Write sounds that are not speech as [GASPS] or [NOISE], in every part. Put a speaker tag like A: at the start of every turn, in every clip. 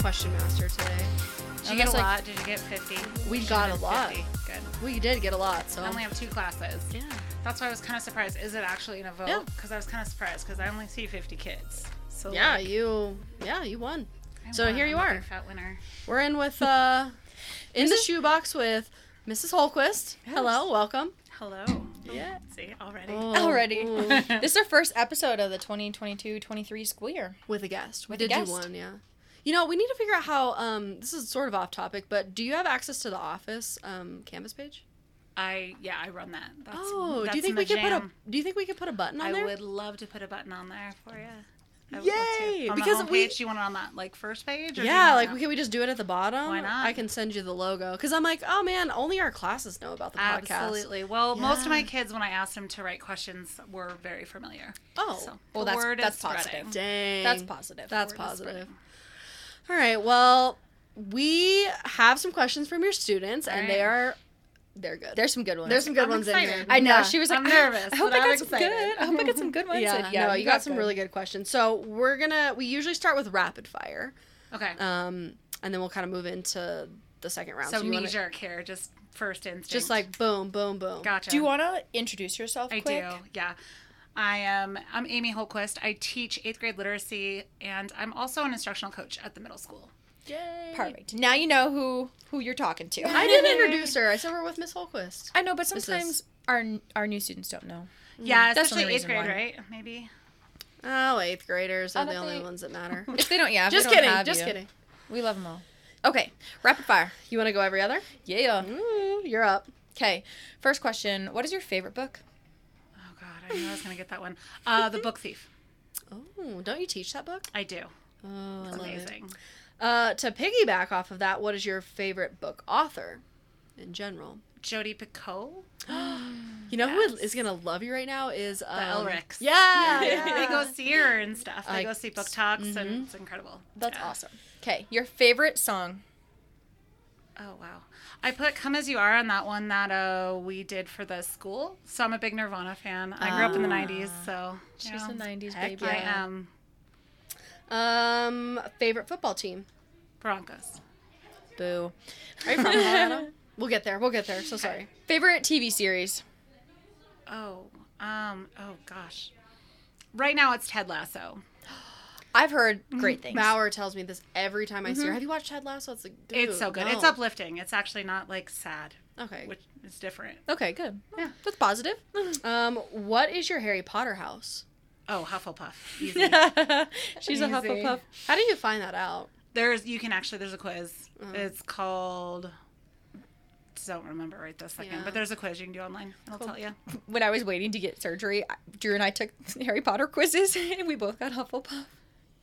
A: question master today.
B: Did
A: She
B: you get a lot? Did you get 50?
A: We
B: Should've
A: got a
B: been
A: lot. Oh.
B: 50. Good.
A: we did get a lot, so
B: I only have two classes.
A: yeah.
B: That's why I was kind of surprised. Is it actually in a vote?
A: Yeah.
B: Because I was kind of surprised because I only see 50 kids. So
A: Yeah,
B: like,
A: you yeah, you won.
B: I
A: so
B: won.
A: here you
B: I'm a
A: are.
B: big fat winner.
A: We're in with uh in the shoebox with Mrs. Holquist. Hello, welcome.
B: Hello.
C: Yeah.
B: See, already.
A: Oh.
C: Oh. Already.
A: ooh,
C: This is our first episode of the 2022-23 school year.
A: with a guest. We
C: With a
A: did do
C: guest.
A: one, yeah. You know, we need to figure out how um this is sort of off topic, but do you have access to the office um canvas page?
B: I yeah, I run that. That's,
A: oh,
B: that's
A: do you think
B: my
A: we could put
B: jam.
A: a do you think we could put a button on
B: I
A: there?
B: would love to put a button on there for you. I would
A: Yay!
B: Love to. On
A: Because
B: the
A: we-
B: homepage, you want it on that like first page? Or do you
A: Yeah,
B: want
A: like
B: it-
A: we can we just do it at the bottom?
B: Why not?
A: I can send you the logo because I'm like, oh man, only our classes know about the podcast.
B: Absolutely. Well, most of my
A: Yeah.
B: kids, when I asked them to write questions, were very familiar.
A: Oh,
B: so
C: Well,
B: the
C: that's-
B: word
C: that's
B: is spreading.
C: positive.
A: dang,
C: That's positive.
A: That's
B: Word is
A: positive.
B: spreading.
A: All right, well, we have some questions from your students, and they
B: All right.
A: are they're good.
C: There's some good ones.
A: There's some good
B: I'm
A: ones in here.
B: excited.
C: I know.
A: Yeah.
C: She was like,
B: I'm
C: "Ah,
B: nervous,
C: [LAUGHS] I hope
B: but
C: I got
B: I'm
C: some
B: excited."
C: good. I hope I got some good ones.
A: yeah,
C: And yeah,
A: no, you got, some really good questions. So we're gonna we usually start with rapid fire,
B: Okay.
A: um, and then we'll kind of move into the second round.
B: so
A: you
B: knee
A: wanna-
B: jerk here, just first instinct.
A: just like boom, boom, boom.
B: gotcha.
C: Do you want to introduce yourself?
B: I
C: quick?
B: do. Yeah. I am. I'm Amy Holquist. I teach eighth grade literacy, and I'm also an instructional coach at the middle school.
A: Yay.
C: Perfect. Now you know who who you're talking to.
A: I didn't introduce her. I said we're with Miss Holquist.
C: [LAUGHS] I know, but
A: is-
C: sometimes our our new students don't know.
B: Yeah,
C: Mm-hmm. That's the
B: especially
C: only
B: eighth
C: reason
B: grade,
C: why.
B: right? Maybe.
A: Oh, eighth graders are
C: I don't
A: the only
C: think-
A: ones that matter.
C: If they don't, yeah. if they
A: just
C: don't
A: kidding.
C: have
A: Just
C: you.
A: kidding.
C: We love them all. Okay, rapid fire.
A: You want to go every other?
C: Yeah.
A: Ooh, you're up.
C: Okay. First question: What is your favorite book?
B: Oh God, I knew I was gonna get that one. Uh, the Book Thief.
A: Oh, don't you teach that book?
B: I
C: [LAUGHS]
B: do.
A: Oh, I love it.
B: Amazing.
A: Uh, to piggyback off of that, what is your favorite book author in general?
B: Jodi Picoult.
A: You know who
B: Yes.
A: is going to love you right now is um,
B: Elrics.
A: Yeah,
B: Yeah,
A: yeah.
B: they go see her and stuff. They
A: I-
B: go see book talks, and it's incredible.
C: mm-hmm. That's
B: Yeah.
C: awesome. Okay, your favorite song.
B: Oh wow! I put "Come as You Are" on that one that uh, we did for the school. So I'm a big Nirvana fan. I grew up in the '90s, so
C: Ah. She's
B: yeah.
C: a '90s
A: Heck
C: baby.
B: I am
A: Um, favorite football team.
B: Broncos.
C: Boo.
A: Are you from Colorado? We'll get there. We'll get there. So sorry.
C: Favorite TV series.
B: Oh, um, oh gosh. Right now it's Ted Lasso.
C: I've heard great things.
A: Bauer tells me this every time I see her. Have you watched Ted Lasso? It's like dude,
B: it's so good. It's
A: no.
B: uplifting. It's actually not like sad,
A: Okay.
B: which is different.
C: Okay, [LAUGHS] good.
B: Yeah.
C: That's positive.
A: Um, what is your Harry Potter house?
B: Oh,
C: [LAUGHS]
B: Hufflepuff. Easy.
C: She's a
B: Easy.
C: Hufflepuff.
A: How do you find that out?
B: There's you can actually there's a quiz. It's called don't remember right this second,
A: Yeah.
B: but there's a quiz you can do online. It'll tell you.
C: When I was waiting to get surgery, I- Drew and I took [LAUGHS] Harry Potter quizzes, [LAUGHS] and we both got Hufflepuff.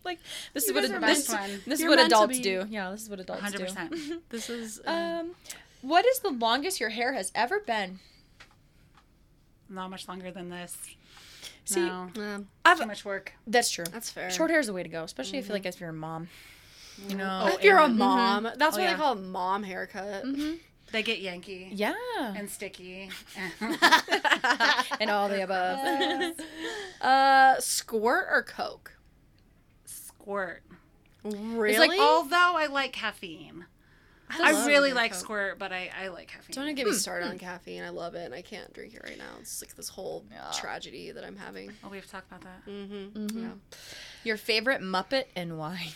C: Like this
A: You
C: is
A: guys
C: what ad-
A: are
C: this,
B: meant to-
C: this is
A: you're
C: what
A: meant to
C: adults
A: be-
C: do. Yeah, this is what adults
B: 100%.
A: [LAUGHS]
C: do.
A: This is
C: um, what is the longest your hair has ever been?
B: Not much longer than this.
C: See,
B: no.
A: um,
B: Too much work.
C: That's true.
A: that's fair.
C: Short hair is the way to go, especially if you like if you're a mom. You know,
A: if you're a
B: and-
A: mom, that's
B: Oh,
A: what they
B: yeah.
A: call a mom haircut.
B: Mm-hmm. They get Yankee
C: yeah,
B: and sticky.
C: and all the above. [LAUGHS]
A: Uh, squirt or Coke?
B: [LAUGHS] squirt.
A: Really?
B: It's like although I like caffeine. I,
A: love
B: really
A: Diet
B: like
A: Coke.
B: squirt, Hmm. but I, I like caffeine.
A: Don't even get me started on caffeine. I love it, and I can't drink it right now. It's like this whole
C: Yeah.
A: tragedy that I'm having.
B: oh, we've talked about that.
A: Mm-hmm. Yeah.
C: your favorite Muppet and why?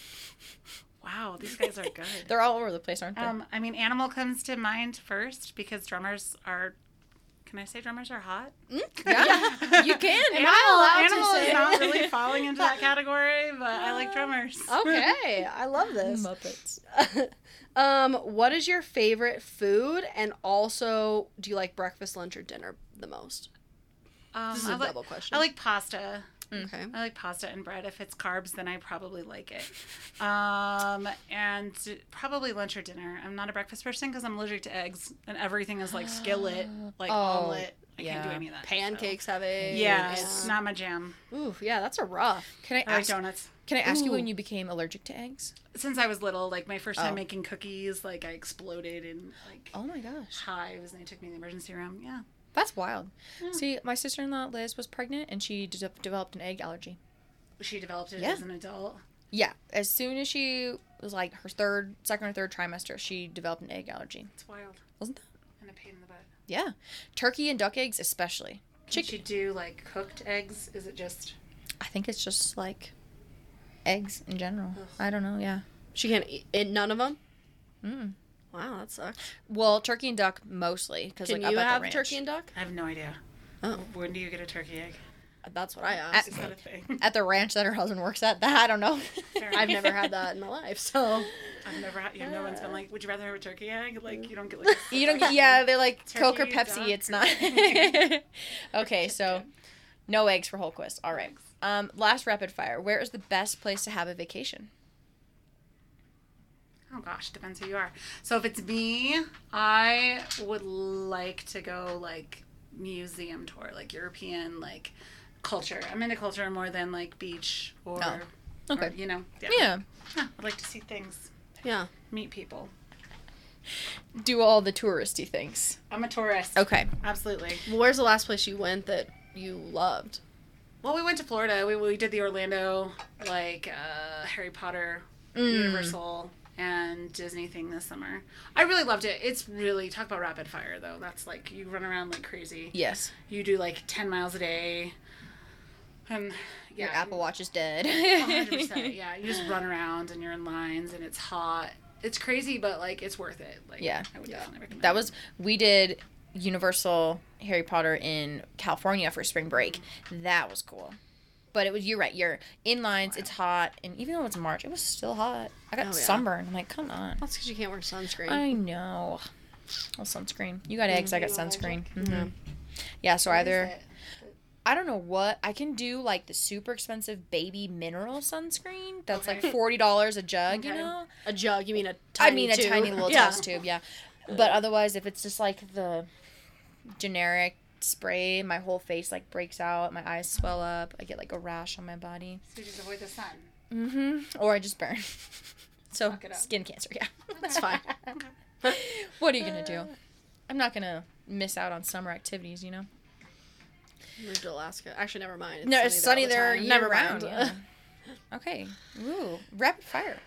B: Wow, these guys are good.
C: They're all over the place, aren't they?
B: um, I mean, animal comes to mind first because drummers are. Can I say drummers are hot? [LAUGHS]
C: yeah, you can.
A: Am I allowed to
B: animal
A: say-
B: is [LAUGHS] not really falling into that category, but I like drummers.
A: [LAUGHS] [LAUGHS] Okay, I love this.
B: Mm-hmm.
C: Muppets.
A: [LAUGHS] um, what is your favorite food, and also, do you like breakfast, lunch, or dinner the most?
B: Um,
A: This is
B: I
A: a
B: like-
A: double question.
B: I like pasta.
A: okay.
B: I like pasta and bread. If it's carbs, then I probably like [LAUGHS] it. Um, and probably lunch or dinner. I'm not a breakfast person because I'm allergic to eggs, and everything is like [GASPS] skillet, like
C: Oh,
B: omelet. I can't do
C: yeah.
B: any of that. so-
A: Pancakes have eggs.
B: Yeah, it's not my jam.
A: Ooh, yeah, that's a rough.
C: Can I
B: I like
C: ask?
B: donuts.
C: Can I ask you when you became allergic to eggs?
B: Since I was little, like my first time
C: Oh.
B: making cookies, like I exploded in like
C: Oh my gosh,
B: hives, and they took me to the emergency room. Yeah.
C: that's wild.
A: Hmm.
C: See, my sister-in-law Liz was pregnant, and she de- developed an egg allergy.
B: She developed it
C: Yeah.
B: as an adult.
C: Yeah, as soon as she It was like her third, second or third trimester, she developed an egg allergy.
B: It's wild
C: Wasn't that?
B: and a pain in the butt.
C: Yeah. Turkey and duck eggs, especially.
B: Can she do like cooked eggs? Is it just
C: I think it's just like eggs in general. I don't know. Yeah.
A: She can't eat, eat none of them.
C: Mm.
A: Wow, that sucks.
C: Well, turkey and duck mostly. Cause
A: Can
C: like,
A: you
C: up at the
A: have
C: ranch.
A: turkey and duck?
B: I have no idea.
A: Oh.
B: When do you get a turkey egg?
A: That's what I asked.
B: Is
C: [LAUGHS]
B: that a thing?
C: at the ranch that her husband works at? That I don't know.
B: Fair
A: I've never
B: [LAUGHS]
A: had that in my life, so
B: I've never had. Yeah, no one's been like, "Would you rather have a turkey egg?" Like, you don't get like.
C: You don't. get- Yeah, they're like Coke or
B: Turkey,
C: Pepsi.
B: duck,
C: it's
B: or-
C: not. [LAUGHS] okay, so no eggs for Holquist. All right. Um, last rapid fire. Where is the best place to have a vacation?
B: Oh gosh, depends who you are. So if it's me, I would like to go like museum tour, like European like culture. I'm into culture more than like beach or,
C: Oh,
B: or,
C: okay.
B: you know, yeah.
C: Yeah.
B: Yeah, I'd like to see things,
A: yeah.
B: meet people.
C: Do all the touristy things.
B: I'm a tourist.
C: Okay.
B: Absolutely.
A: Well, where's the last place you went that you loved?
B: Well, we went to Florida. We, we did the Orlando like uh, Harry Potter
C: Mm.
B: Universal and Disney thing this summer. I really loved it. It's really talk about rapid fire though. That's like you run around like crazy.
C: Yes.
B: You do like ten miles a day. And yeah,
C: Your Apple Watch is dead.
B: 100%, yeah, you just run around and you're in lines and it's hot. It's crazy, but like it's worth it. Like
C: Yeah.
B: I would definitely recommend.
C: That
B: it.
C: was we did Universal Harry Potter in California for spring break. That was cool. But it was you're right. You're in lines. It's hot, and even though it's March, it was still hot. I got
A: Oh, yeah.
C: sunburned. I'm like, come on.
A: That's because you can't wear sunscreen.
C: I know. Well, sunscreen. You got eggs. I got
B: you got
C: sunscreen.
A: Yeah.
C: Mhm. Yeah. So
B: What is
C: either
B: it?
C: I don't know what I can do, like the super expensive baby mineral sunscreen that's
B: Okay.
C: like forty dollars a jug. You
B: Okay.
C: know.
A: A jug? You mean a tiny?
C: I mean
A: tube?
C: a tiny little
A: [LAUGHS] yeah.
C: test tube, yeah. But otherwise, if it's just like the generic spray, my whole face like breaks out, my eyes swell up, I get like a rash on my body,
B: So you just avoid the sun.
C: mm-hmm. or I just burn. [LAUGHS] so
B: Fuck it up.
C: skin cancer, yeah. [LAUGHS]
A: That's fine.
C: what are you gonna do? I'm not gonna miss out on summer activities, you know.
A: Moved to Alaska. Actually, never mind.
C: No, it's sunny
A: all the
C: there.
A: time.
C: year
A: Never
C: round,
A: mind.
C: yeah. [LAUGHS] okay. Ooh, rapid fire.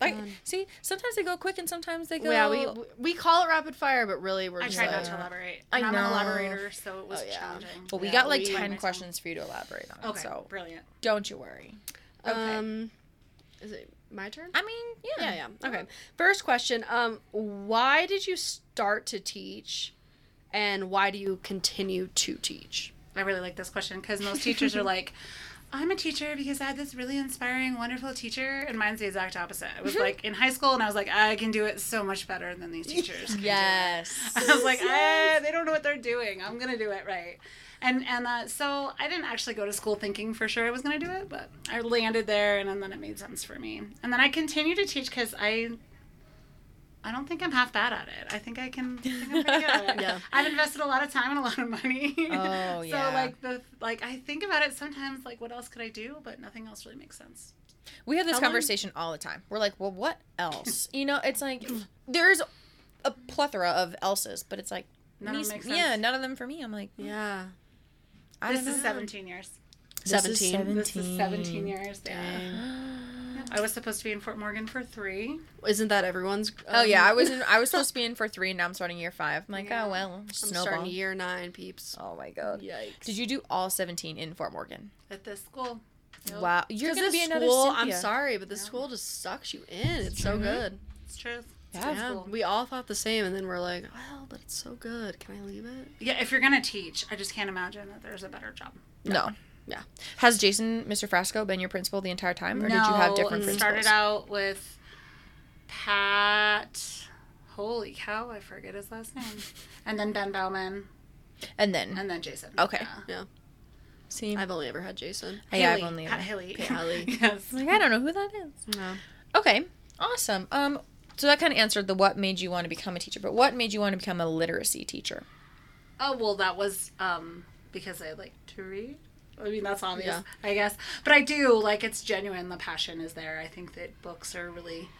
C: Like,
A: Fun.
C: see, sometimes they go quick and sometimes they go.
A: yeah, we we call it rapid fire, but really we're
B: I
A: just
B: tried
A: like,
B: not to elaborate.
C: I
B: I am an
C: know.
B: elaborator, so it was
A: Oh, yeah.
B: challenging.
C: But we
A: Yeah,
C: got like
A: we-
C: 10 questions for you to elaborate on.
B: Okay,
C: So
B: brilliant.
C: don't you worry. Okay.
A: Um, is it my turn?
C: I mean, yeah. [LAUGHS]
A: Yeah, yeah. Okay. First question. Um, why did you start to teach, and why do you continue to teach?
B: I really like this question because most teachers are like, [LAUGHS] I'm a teacher because I had this really inspiring, wonderful teacher, and mine's the exact opposite.
C: [LAUGHS]
B: It was like in high school, and I was like, I can do it so much better than these teachers.
C: Yes.
B: [LAUGHS] I was like, ah, they don't know what they're doing. I'm gonna do it right. And and uh, so I didn't actually go to school thinking for sure I was gonna do it, but I landed there, and, then it made sense for me. And then I continue to teach because I. I don't think I'm half bad at it. I think I can. I think I'm pretty
C: [LAUGHS]
B: good at it.
A: Yeah.
B: I've invested a lot of time and a lot of money.
C: Oh, yeah.
B: [LAUGHS] So like the like I think about it sometimes like what else could I do, but nothing else really makes sense.
C: we have this
A: How long-
C: conversation all the time. We're like, well, what
B: [LAUGHS]
C: else? You know, it's like there's a plethora of else's, but it's like,
B: None of
C: these-
B: them make
C: yeah,
B: sense.
C: none of them for me. I'm like,
A: Yeah.
C: I
B: this
C: don't
B: is
C: know.
B: 17 years.
C: This is
A: 17.
B: This is 17 years. Yeah.
C: Dang.
B: I was supposed to be in Fort Morgan for three.
A: Isn't that everyone's?
C: [GASPS] Oh yeah, I
A: um,
C: was in, I
A: [LAUGHS]
C: was supposed
B: [LAUGHS]
C: to be in for three, and now I'm starting year five. I'm like,
B: Yeah.
C: oh well,
A: I'm
C: snowball.
A: starting year nine, peeps.
C: Oh my god.
A: Yikes.
C: Did you do all 17 in Fort Morgan?
B: at this school. Nope.
C: Wow, you're
A: 'Cause
C: gonna
A: the
C: be another
A: school, I'm
C: Cynthia.
A: sorry, but the
B: Yeah.
A: school just sucks you in. It's so
C: Mhm.
A: good.
B: It's true.
C: Yeah.
B: It's
A: Yeah,
B: cool.
A: we all thought the same, and then we're like, well, but it's so good. Can I leave it?
B: Yeah, if you're gonna teach, I just can't imagine that there's a better job.
C: No.
A: Yeah.
C: Has Jason, Mr. Frasco, been your principal the entire time, or did you have different
B: it
C: principals?
B: started out with Pat. Holy cow, I forget his last name. And then Ben Bauman,
C: and then
B: and then Jason.
C: Mm. Okay.
B: Yeah.
A: Yeah.
C: see,
A: I've only ever had Jason.
C: yeah, I've
B: Haley,
C: only.
B: Pat
C: I'm
B: Haley.
A: Pat Haley.
B: [LAUGHS] yes.
C: like, I don't know who that is.
A: No.
C: Okay, awesome. Um, so that kind of answered the what made you want to become a teacher, but what made you want to become a literacy teacher?
B: Oh well, that was um because I like to read. I mean that's obvious,
A: Yeah.
B: I guess. But I do like it's genuine. The passion is there. I think that books are really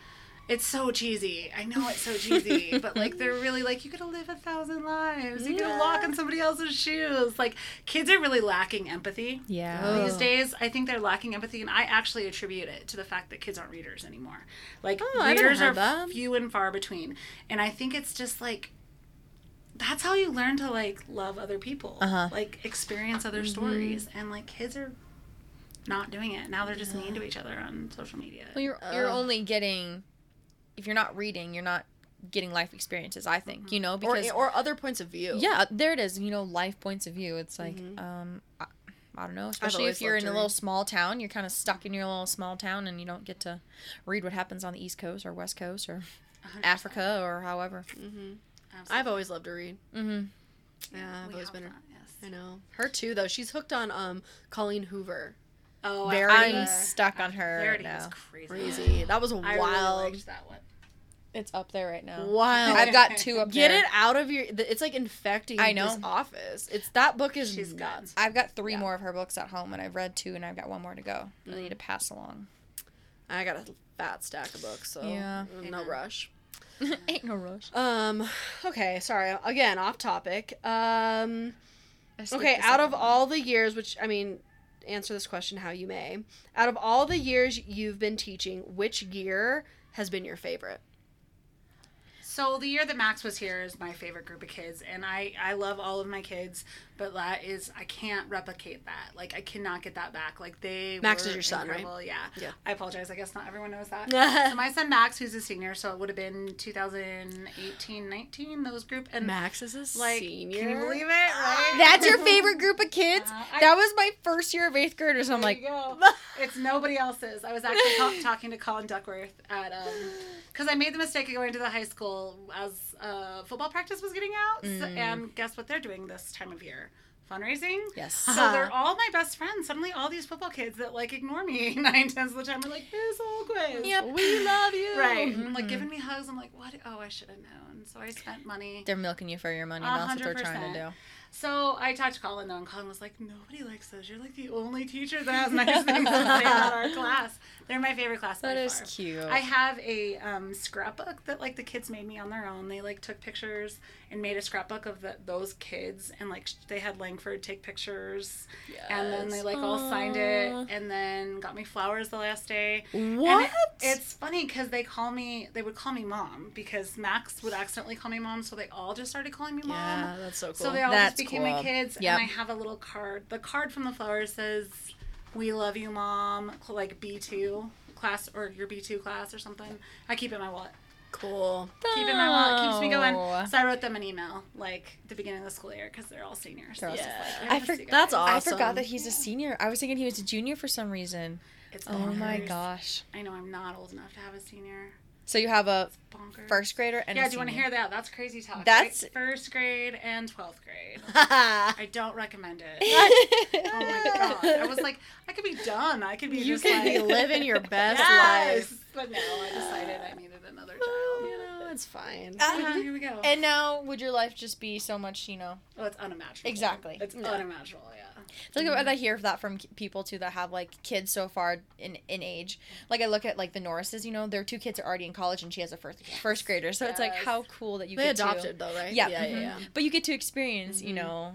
B: It's so cheesy. I know it's so cheesy, but like they're really like you gotta live a thousand lives. You gotta walk in somebody else's shoes. Like kids are really lacking empathy.
C: Yeah.
A: Oh.
B: These days, I think they're lacking empathy, and I actually attribute it to the fact that kids aren't readers anymore. Like
C: Oh, I haven't
B: readers
C: heard
B: are
C: that.
B: few and far between, and I think it's just like that's how you learn to like love other people,
C: Uh-huh.
B: like experience other stories, and like kids are not doing it now. They're just mean to each other on social media.
C: Well, you're you're
A: Ugh.
C: only getting if you're not reading, you're not getting life experiences. I think you know
A: or,
C: because
A: or other points of view.
C: yeah, uh, there it is. You know, life points of view. It's like um, I, I don't know. Especially
A: always
C: if you're
A: loved
C: in
A: to
C: a
A: read.
C: little small town, you're kind of stuck in your little small town, and you don't get to read what happens on the East Coast or West Coast or
B: 100%.
C: Africa or however.
A: Mm-hmm. I've always loved to read.
C: Mm-hmm.
A: Yeah, I've
B: We
A: always
B: have
A: been.
B: that, yes.
A: I know her too, though. She's hooked on um Colleen Hoover.
B: Oh, I-
A: Verity.
B: I-
C: I'm stuck on her
B: Verity
C: right now.
B: was crazy.
A: Crazy. That was
B: I
A: wild.
B: really liked that one.
C: It's up there right now. Um,
A: Wild.
C: I've got two up
A: Get
C: there.
A: it out of your. th- It's like infecting.
C: I know.
A: This office. It's that book is
B: She's
A: nuts.
B: nuts.
C: I've got three
A: Yeah.
C: more of her books at home, and I've read two, and I've got one more to go. that I need to pass along.
A: I got a fat stack of books, so
C: Yeah.
A: no
B: Amen.
A: rush.
C: Ain't no rush.
A: Um. Okay. Sorry. Again, off topic. Um. Okay, out of all the years, which I mean, answer this question how you may. Out of all the years you've been teaching, which year has been your favorite?
B: So the year that Max was here is my favorite group of kids, and I I love all of my kids, but that is I can't replicate that. Like I cannot get that back. Like they
A: Max
B: were
A: is your son, right?
B: incredible. Yeah.
A: Yeah.
B: I apologize. I guess not everyone knows
A: [LAUGHS]
B: that. so my son Max, who's a senior, so it would have been 2018, 19, those group, and
A: Max is a
B: like
A: senior.
B: can you believe it? Right. [LAUGHS]
C: That's your favorite group of kids?
B: Uh, I-
C: that was my first year of eighth graders. I'm
B: There
C: like,
B: you go. [LAUGHS] it's nobody else's. I was actually ta- talking to Colin Duckworth at um because I made the mistake of going to the high school as uh, football practice was getting out, so- and guess what they're doing this time of year? Fundraising.
C: yes.
B: So they're all my best friends. Suddenly, all these football kids that like ignore me [LAUGHS] nine tenths of the time are like, "Miss Olquist."
C: We love you.
B: Right. And, Like giving me hugs. I'm like, "What? Oh, I should have known." So I spent money.
C: They're milking you for your money. and That's what they're trying to do.
B: 100%. So I talked to Colin though, and Colin was like, "Nobody likes those. You're like the only teacher that has nice things to say about our class. They're my favorite class
C: That
B: by
C: is
B: far."
C: cute.
B: I have a um, scrapbook that like the kids made me on their own. They like took pictures and made a scrapbook of the, those kids, and like sh- they had Langford take pictures, and then they like all signed it,
C: Aw.
B: and then got me flowers the last day. And
C: What?
B: it- it's funny because they call me, they would call me mom because Max would accidentally call me mom, so they all just started calling me mom.
A: Yeah, that's so cool.
B: So they all
C: That's
B: just became
C: cool.
B: my kids,
C: Yep.
B: and I have a little card. The card from the flowers says, "We love you, mom." cl- Like B two class or your B two class or something. I keep it in my wallet.
A: cool.
B: Keep it in my wallet. Keeps me
C: No.
B: going. So I wrote them an email like the beginning of the school year because they're all seniors.
C: They're all
B: It's
A: seniors.
B: just like,
A: Yeah.
B: I
C: I
B: miss
C: for-
B: you
A: that's
B: guys.
A: awesome.
C: I forgot that he's a senior. I was thinking he was a junior for some reason.
B: It's
C: Oh my
B: bonkers.
C: gosh.
B: I know I'm not old enough to have a senior.
C: So you have a
B: Bonkers.
C: first grader and
B: Yeah,
C: a
B: do you want to hear
C: senior. [LAUGHS]
B: that? That's crazy talk.
C: That's-
B: right? first grade and twelfth grade. I don't recommend
C: [LAUGHS]
B: it. Oh my
A: [LAUGHS]
B: god! I was like, I could be done. I could be
A: you
B: just
A: could [LAUGHS]
B: like
A: be living your best
B: yes!
A: life. Oh,
B: But no, I decided I needed
A: [LAUGHS]
B: another child.
A: You know, it's fine.
C: Uh,
B: Ah, here we go.
C: [LAUGHS] and now would your life just be so much, you know,
B: oh, it's unimaginable.
C: Exactly.
B: It's
A: Yeah.
B: unimaginable. Yeah.
C: Like what I hear that from k- people too that have like kids so far in in age. Like I look at like the Norrises, you know, their two kids are already in college and she has a first first grader. So it's like
B: Yes.
C: how cool that you
A: they
C: get
A: adopted though, right?
C: To, yeah,
A: yeah,
C: mhm.
A: yeah.
C: But you get to experience,
B: Mm-hmm.
C: you know,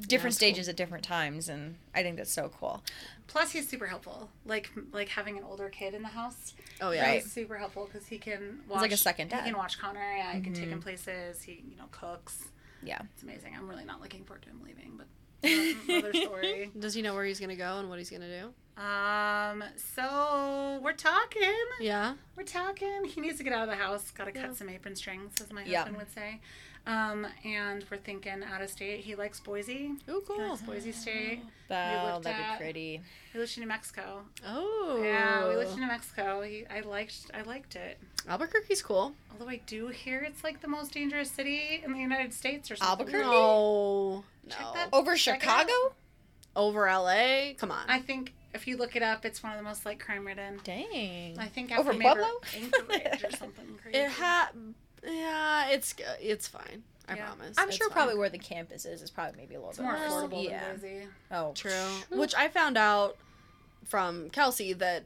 C: different
A: it's cool.
C: stages at different times, and I think that's so cool.
B: Plus, he's super helpful. Like like having an older kid in the house.
A: Oh yeah.
C: Right.
B: It's super helpful because he can watch.
C: like a second dad.
B: He can watch Connor. Yeah, he can take
A: Mm-hmm.
B: him places. He you know cooks.
C: Yeah.
B: It's amazing. I'm really not looking forward to him leaving,
A: [LAUGHS]
B: but that's another story.
A: Does he know where he's gonna go and what he's gonna do?
B: Um. So we're talking.
A: Yeah.
B: We're talking. He needs to get out of the house. Got to cut
A: Yeah.
B: some apron strings, as my
C: Yeah.
B: husband would say. Um, and we're thinking out of state. He likes Boise.
A: Oh,
B: He
A: cool.
B: likes Boise State.
C: That'll
B: looked
C: that'd
B: at-
C: be pretty.
B: We lived in New Mexico.
A: Oh.
B: Yeah, we lived in New Mexico. He, I liked, I liked it.
A: Albuquerque's cool.
B: Although I do hear it's like the most dangerous city in the United States or something.
C: Albuquerque?
A: No.
B: Check
A: no.
B: that-
C: Over
B: Check it out.
C: Chicago?
A: Over LA. Come on.
B: I think if you look it up, it's one of the most like crime ridden.
C: Dang.
B: I think
C: Over
B: after maybe
C: Pueblo?
B: Anchorage or something crazy.
A: It ha yeah, it's it's fine. I
B: Yeah.
A: promise.
C: I'm
A: It's
C: sure
A: fine.
C: probably where the campus is is probably maybe a little
B: It's
C: bit
B: more
C: less.
B: affordable
C: Oh, Yeah.
B: than Boise.
C: Oh, [LAUGHS]
A: true. Which I found out from Kelsey that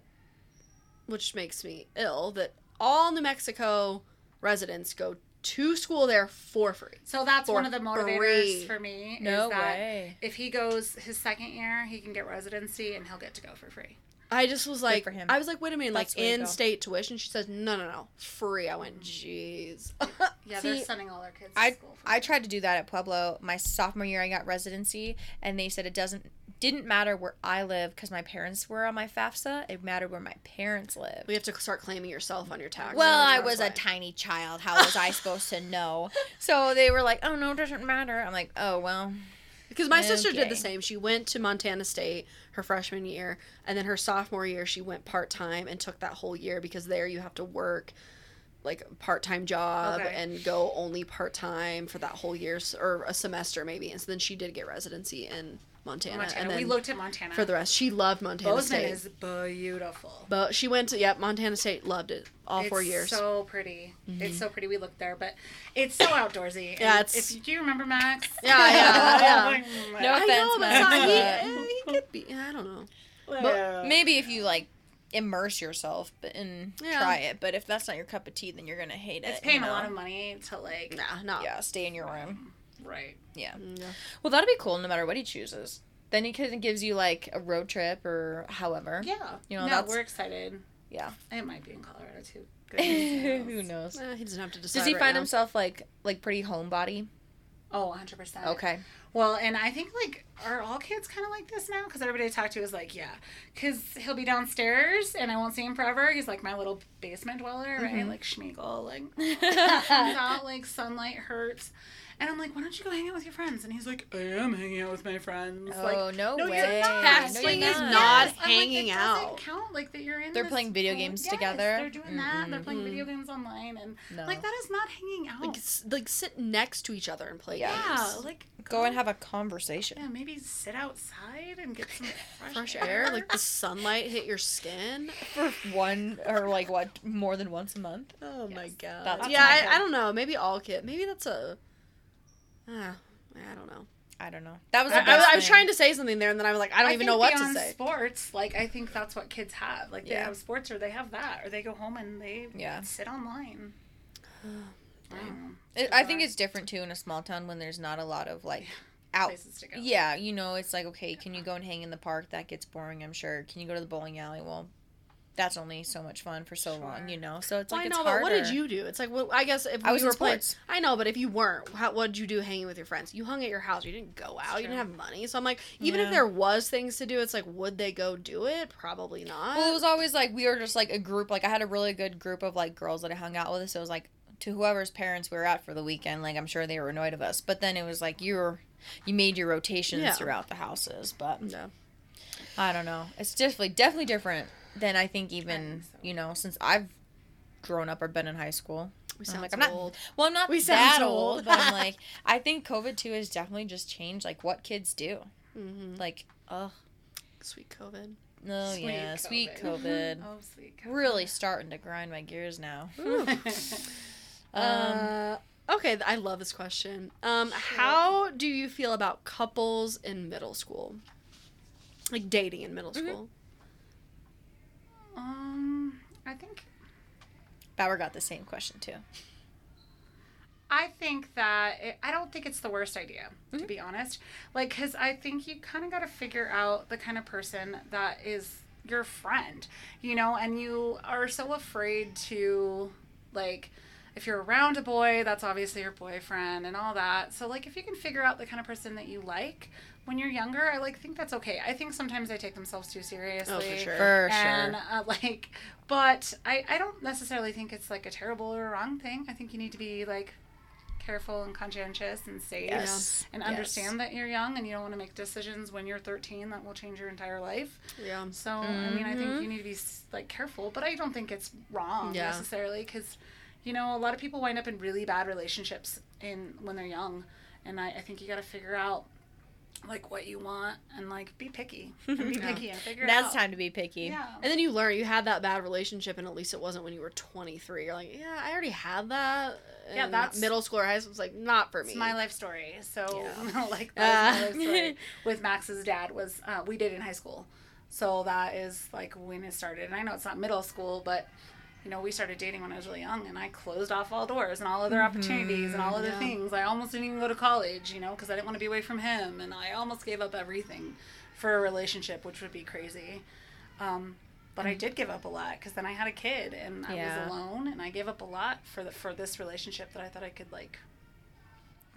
A: which makes me ill that all New Mexico residents go to school there for free.
B: So that's
A: For
B: one of the motivators
A: free.
B: for me.
C: No
B: is that
C: way.
B: If he goes his second year, he can get residency and he'll get to go for free.
A: I just was like,
C: for him.
A: I was like, wait a minute,
C: That's
A: like
C: the way to go. Mm.
A: in state tuition. She says, no, no, no, free. I went, jeez. [LAUGHS]
B: Yeah,
C: See,
B: they're sending all their kids to
C: I
B: school. For
C: I tried to do that at Pueblo my sophomore year. I got residency, and they said it doesn't didn't matter where I live because my parents were on my FAFSA. It mattered where my parents lived.
A: we have to start claiming yourself on your taxes.
C: Well, I
A: That's
C: was a
A: why.
C: tiny child. How was I
B: [LAUGHS]
C: supposed to know? So they were like, "Oh no, it doesn't matter." I'm like, "Oh well."
A: Because my sister did
C: Okay.
A: the same. She went to Montana State her freshman year, and then her sophomore year she went part time and took that whole year because there you have to work like a part time job
B: Okay.
A: and go only part time for that whole year s- or a semester maybe. And so then she did get residency in Montana,
B: Montana.
A: and then
B: we looked at Montana.
A: for the rest she loved Montana
B: Bozeman
A: State.
B: is beautiful.
A: but she went to yep Montana State loved it all four
B: It's
A: years. Mm-hmm.
B: So pretty. It's so pretty. We looked there, but it's so outdoorsy. And
A: Yeah, it's-
B: If, do you remember Max?
A: [LAUGHS] Yeah,
B: [LAUGHS]
A: yeah,
B: yeah.
C: No
A: I know, but
C: Offense,
B: [LAUGHS]
A: it's not- he,
C: Matt.
A: eh, he could be. I don't know.
B: But
C: Maybe if you like immerse yourself but- and
A: Yeah.
C: try it, but if that's not your cup of tea, then you're gonna hate it.
B: it's
C: you
B: paying a
C: know?
B: lot of money to like.
A: Nah, not. Mm,
C: Yeah, stay in your room.
B: Right.
C: Yeah.
A: Yeah.
C: Well, that'll be cool no matter what he chooses. Then he kind of gives you like a road trip or however.
B: Yeah.
C: You know,
B: no,
C: that's-
B: we're excited.
C: Yeah.
B: It might be in Colorado too.
A: [LAUGHS]
C: Who knows?
A: Eh, he doesn't have to decide.
C: Does he
A: right
C: find
A: now.
C: himself like like pretty homebody?
B: Oh, 100%.
A: [LAUGHS]
C: Okay.
B: Well, and I think like are all kids kind of like this now? Because everybody I talk to is like, yeah, because he'll be downstairs and I won't see him forever. He's like my little basement dweller,
C: Mm-hmm.
B: right? Like Schmiegel, like
C: [LAUGHS]
B: out, like sunlight hurts. And I'm like, why don't you go hang out with your friends? And he's like, I am hanging out with my friends.
C: Oh,
B: like,
C: no
B: "No, you're
C: way.
B: not.
A: Texting
C: No, you're
A: is
C: not.
A: not
B: I'm like, "It
A: hanging
B: doesn't
A: out."
B: Count like that you're in.
C: They're
B: this
C: playing video
B: thing."
C: games
B: Yes,
C: together?
B: They're doing that. They're
C: Mm-mm.
B: playing video games online, and
C: No.
B: like that is not hanging out.
A: Like, s- like sit next to each other and play
C: Oh. Yeah.
B: yeah,
A: games.
B: like
C: Go and have a conversation.
B: yeah, maybe sit outside and get
A: [LAUGHS]
B: some fresh,
A: Fresh air, like the sunlight hit your skin.
C: For one or like what more than once a month.
A: Oh
B: my Yes.
A: god.
C: That's
A: yeah,
C: my
A: I,
C: god.
A: I don't know. Maybe all kid. Maybe that's a. Uh, I don't know.
C: I don't know. That was
A: I,
C: the
A: I was-
C: best
A: I was
C: thing.
A: trying to say something there, and then I was like, I don't
B: think
A: even know what to
B: beyond
A: say.
B: Sports, like I think that's what kids have. Like they
C: Yeah.
B: have sports, or they have that, or they go home and they
C: Yeah.
B: sit
A: [SIGHS]
B: online. I don't know.
C: It- I think it's different too in a small town when there's not a lot of like out.
B: Places to go.
C: Yeah, you know, it's like okay, can you go and hang in the park? That gets boring, I'm sure. Can you go to the bowling alley? Well, that's only so much fun for so long,
B: Sure.
C: you know. So it's
A: Well,
C: like
A: I
C: it's
A: know, but what did
C: harder.
A: you do? It's like, well, I guess if
C: I
A: we
C: was in
A: were playing,
C: sports.
A: I know, but if you weren't, how, what did you do hanging with your friends? You hung at your house. You didn't go out. You didn't have money. So I'm like, even
C: Yeah.
A: if there was things to do, it's like, would they go do it? Probably not.
C: Well, it was always like we were just like a group. Like I had a really good group of like girls that I hung out with. So it was like to whoever's parents we were at for the weekend. Like I'm sure they were annoyed of us, but then it was like you were you made your rotations
A: Yeah. Mm.
C: throughout the houses. But
A: no.
C: I don't know. It's definitely definitely different than I think even
B: so.
C: you know since I've grown up or been in high school.
A: We
C: I'm
A: sound
C: like, I'm not-
A: old.
C: Well, I'm not
A: We sound
C: that
A: so
C: old,
A: old.
C: but I'm like, I think COVID too has definitely just changed like what kids do.
A: hmm
C: Like, oh
A: Sweet COVID.
C: [LAUGHS] no, yeah, sweet COVID.
B: [LAUGHS] oh, sweet COVID.
C: Really starting to grind my gears now. Um,
A: Uh, okay, th- I love this question. Um, How do you feel about couples in middle school? Like dating in middle
C: Mm-hmm.
A: school?
B: um, I think
C: Bauer got the same question too.
B: I think that it, I don't think it's the worst idea, to be honest. Like, because I think you kind of got to figure out the kind of person that is your friend, you know, and you are so afraid to, like, if you're around a boy, that's obviously your boyfriend and all that. So, like, if you can figure out the kind of person that you like when you're younger, I like think that's okay. I think sometimes they take themselves too seriously
A: sure.
C: For
B: and
C: sure.
B: uh, [LAUGHS] like but I, I don't necessarily think it's like a terrible or a wrong thing i think you need to be like careful and conscientious and safe
C: Yes.
B: and
C: Yes.
B: understand that you're young and you don't want to make decisions when you're 13 that will change your entire life
A: Yeah.
B: so i mean i
C: Mm-hmm.
B: think you need to be s- like careful but i don't think it's wrong
A: Yeah.
B: necessarily because you know a lot of people wind up in really bad relationships in when they're young and i, I think you got to figure out like what you want and like be picky and
C: [LAUGHS]
B: be
A: Yeah.
B: picky and figure it
C: That's
B: out
C: time to be picky.
B: yeah
A: And then you learn you had that bad relationship, and at least it wasn't when you were 23. You're like, yeah, I already had that.
B: Yeah,
A: And
B: that's-
A: middle school or high school. It's like, not for me.
B: It's my life story. So [LAUGHS]
A: Yeah.
B: like that was
A: Uh. [LAUGHS]
B: my life story with Max's dad was uh, we did in high school. So that is like when it started. And I know it's not middle school, but you know, we started dating when I was really young, and I closed off all doors and all other opportunities and all other
A: Mm-hmm. yeah.
B: things. I almost didn't even go to college, you know, because I didn't want to be away from him, and I almost gave up everything for a relationship, which would be crazy. Um, but I
A: Mm-hmm.
B: did give up a lot because then I had a kid and I
C: Yeah.
B: was alone, and I gave up a lot for the for this relationship that I thought I could like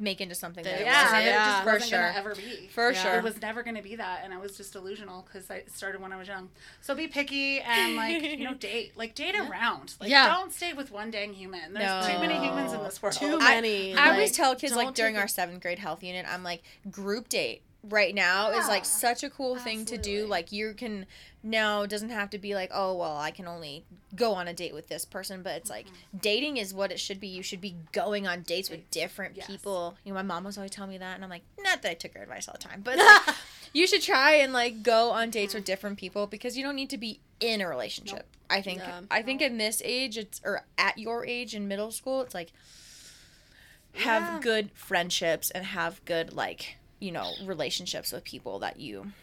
C: Make into something that
B: that
C: it
A: Yeah,
C: wasn't.
A: yeah.
B: it just
C: For
B: wasn't
C: sure.
B: gonna ever be.
C: For
A: Yeah.
C: sure.
B: It was never gonna be that, and I was just delusional because I started when I was young. So be picky and like you know date, like date around. Like
A: Yeah.
B: don't stay with one dang human. There's too many
C: No.
B: humans in this world.
A: Too
C: I-
A: many.
C: I
A: like,
C: always tell kids like
A: don't
C: during
A: take
C: our seventh grade health unit, I'm like group date right now is like
B: Yeah,
C: such a cool thing to do.
B: absolutely.
C: Like you can now it doesn't have to be like oh well I can only go on a date with this person, but it's like dating is what it should be. You should be going on dates with different
B: Yes.
C: people. You know, my mom was always telling me that, and I'm like not that I took her advice all the time, but. it's like, You should try and like go on dates with different people because you don't need to be in a relationship. I think
A: Yeah.
C: I think in this age it's or at your age in middle school it's like have
B: Yeah.
C: good friendships and have good like you know relationships with people that you